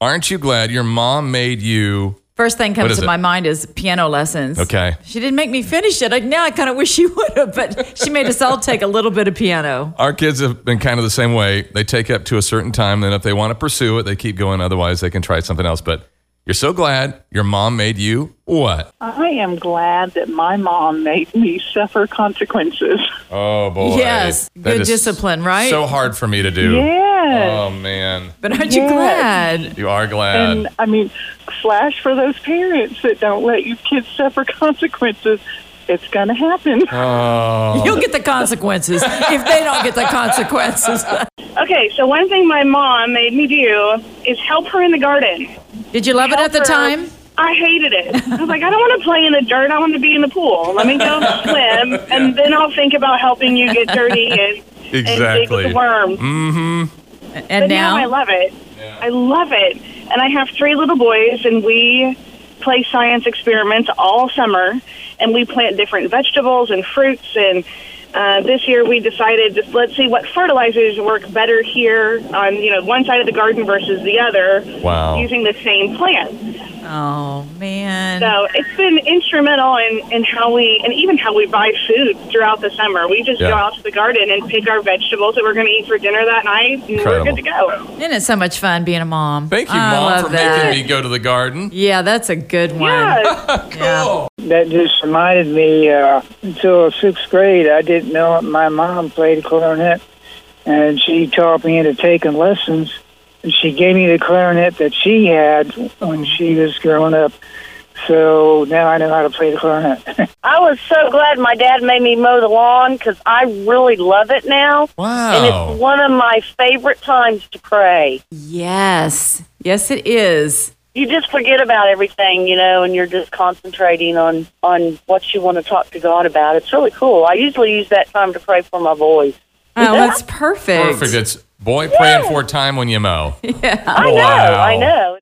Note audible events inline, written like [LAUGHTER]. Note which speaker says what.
Speaker 1: Aren't you glad your mom made you?
Speaker 2: First thing
Speaker 1: What
Speaker 2: comes
Speaker 1: is
Speaker 2: to
Speaker 1: it?
Speaker 2: my mind is piano lessons.
Speaker 1: Okay.
Speaker 2: She didn't make me finish it. I, now I kind of wish she would have, but she made us all take a little bit of piano.
Speaker 1: Our kids have been kind of the same way. They take up to a certain time, then if they want to pursue it, they keep going. Otherwise, they can try something else. But you're so glad your mom made you what?
Speaker 3: I am glad that my mom made me suffer consequences.
Speaker 1: Oh boy!
Speaker 2: Yes.
Speaker 1: That
Speaker 2: Good
Speaker 1: is
Speaker 2: discipline, right?
Speaker 1: So hard for me to do.
Speaker 3: Yes.
Speaker 1: Oh man,
Speaker 2: But aren't you
Speaker 3: Yes.
Speaker 2: glad?
Speaker 1: you are glad.
Speaker 3: And I mean, flash for those parents that don't let your kids suffer consequences. It's going to happen.
Speaker 1: oh,
Speaker 2: You'll get the consequences if they don't get the consequences.
Speaker 4: Okay, so one thing my mom made me do is help her in the garden.
Speaker 2: Did you love it at the
Speaker 4: Help her.
Speaker 2: time?
Speaker 4: I hated it. I was like, I don't want to play in the dirt. I want to be in the pool. Let me
Speaker 2: [LAUGHS]
Speaker 4: go swim, and then I'll think about helping you get dirty and, and dig with
Speaker 1: exactly.
Speaker 4: the worms.
Speaker 2: And
Speaker 4: But now, I
Speaker 2: now?
Speaker 4: love it. I love it. And I have three little boys, and we play science experiments all summer, and we plant different vegetables and fruits. And uh, this year, we decided just let's see what fertilizers work better here on you know one side of the garden versus the other,
Speaker 1: Wow.
Speaker 4: using the same plant.
Speaker 2: Oh, man.
Speaker 4: So it's been instrumental in, in how we, and even how we buy food throughout the summer. We just go
Speaker 1: Yeah.
Speaker 4: out to the garden and pick our vegetables that we're going to eat for dinner that night, and we're
Speaker 1: Incredible.
Speaker 4: good to go.
Speaker 2: Isn't it so much fun being a mom?
Speaker 1: Thank you,
Speaker 2: I
Speaker 1: mom,
Speaker 2: love
Speaker 1: for
Speaker 2: that.
Speaker 1: making me go to the garden.
Speaker 2: Yeah, that's a good one.
Speaker 4: Yeah.
Speaker 2: Yeah.
Speaker 5: That just reminded me, uh, until sixth grade, I didn't know that my mom played clarinet, and she taught me into taking lessons. And she gave me the clarinet that she had when she was growing up. So now I know how to play the clarinet. [LAUGHS]
Speaker 6: I was so glad my dad made me mow the lawn because I really love it now. And
Speaker 1: Wow.
Speaker 6: it's one of my favorite times to pray.
Speaker 2: Yes. Yes, it is.
Speaker 6: You just forget about everything, you know, and you're just concentrating on, on what you want to talk to God about. It's really cool. I usually use that time to pray for my boys.
Speaker 2: Oh,
Speaker 4: [LAUGHS]
Speaker 2: that's perfect. [LAUGHS]
Speaker 1: Perfect. It's boy praying for time when you mow.
Speaker 6: I know,
Speaker 1: Wow.
Speaker 6: I know.